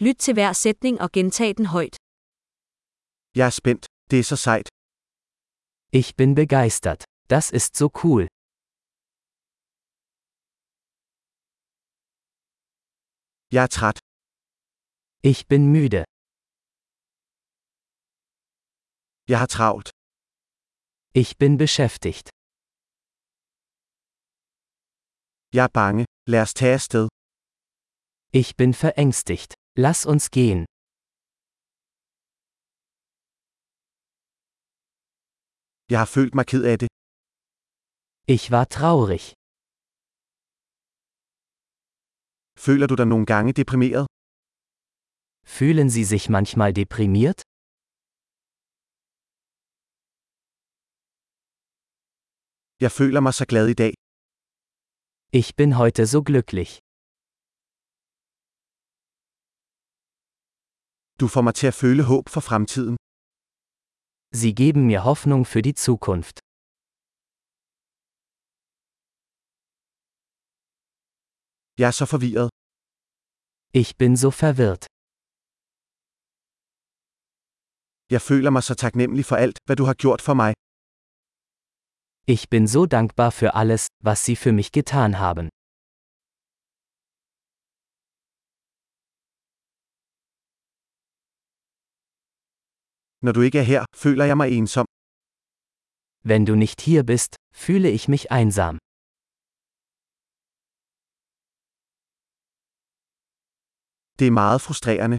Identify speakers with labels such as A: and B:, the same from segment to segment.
A: Lyt til hver sætning og gentag den højt.
B: Jeg er spændt. Det er så sejt.
C: Ich bin begeistert. Das ist so cool.
B: Jeg er træt.
C: Ich bin müde.
B: Jeg har travlt.
C: Ich bin beschäftigt.
B: Jeg er bange. Lad os tage afsted.
C: Ich bin verängstigt. Lass uns gehen.
B: Jeg har følt mig ked af det.
C: Ich war traurig.
B: Føler du dig nogle gange deprimeret?
C: Fühlen Sie sich manchmal deprimiert?
B: Jeg føler mig så glad i dag.
C: Ich bin heute so glücklich.
B: Du får mig til at føle håb for fremtiden.
C: Sie geben mir Hoffnung für die Zukunft.
B: Jeg er så forvirret.
C: Ich bin so verwirrt.
B: Jeg føler mig så taknemmelig for alt, hvad du har gjort for mig.
C: Ich bin so dankbar für alles, was Sie für mich getan haben.
B: Når du ikke er her, føler jeg mig ensom.
C: Wenn du nicht hier bist, fühle ich mich einsam.
B: Det er meget frustrerende.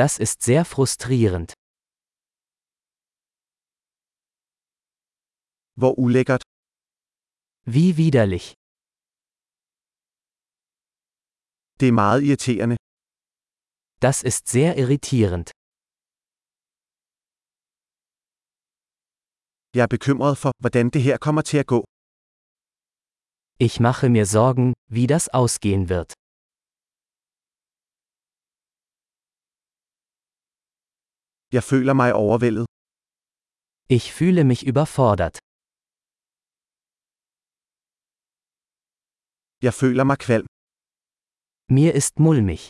C: Das ist sehr frustrierend.
B: Hvor ulækkert.
C: Wie widerlich.
B: Det er meget irriterende.
C: Das ist sehr irritierend.
B: Jeg er bekymret for, hvordan det her kommer til at gå.
C: Ich mache mir Sorgen, wie das ausgehen wird.
B: Jeg føler mig overvældet.
C: Ich fühle mich überfordert.
B: Jeg føler mig kvalm.
C: Mir ist mulmig.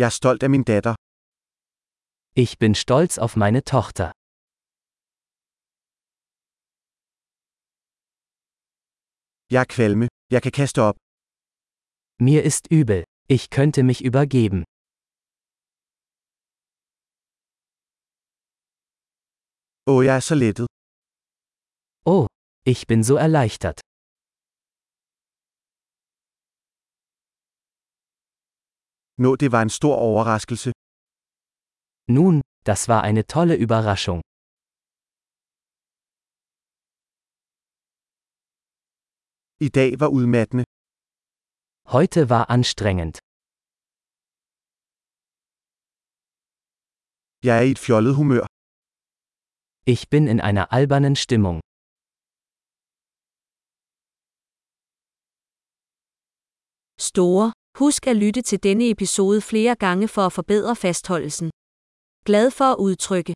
B: Jeg er stolt af min datter.
C: Ich bin stolz auf meine Tochter.
B: Jeg er kvalme. Jeg kan kaste op.
C: Mir ist übel. Ich könnte mich übergeben.
B: Åh, jeg er så lettet.
C: Oh, ich bin so erleichtert.
B: Nå, det var en stor overraskelse.
C: Nun, das war eine tolle Überraschung.
B: I dag var udmattende.
C: Heute war anstrengend.
B: Jeg er i et fjollet humør.
C: Ich bin in einer albernen Stimmung.
A: Store. Husk at lytte til denne episode flere gange for at forbedre fastholdelsen. Glad for at udtrykke.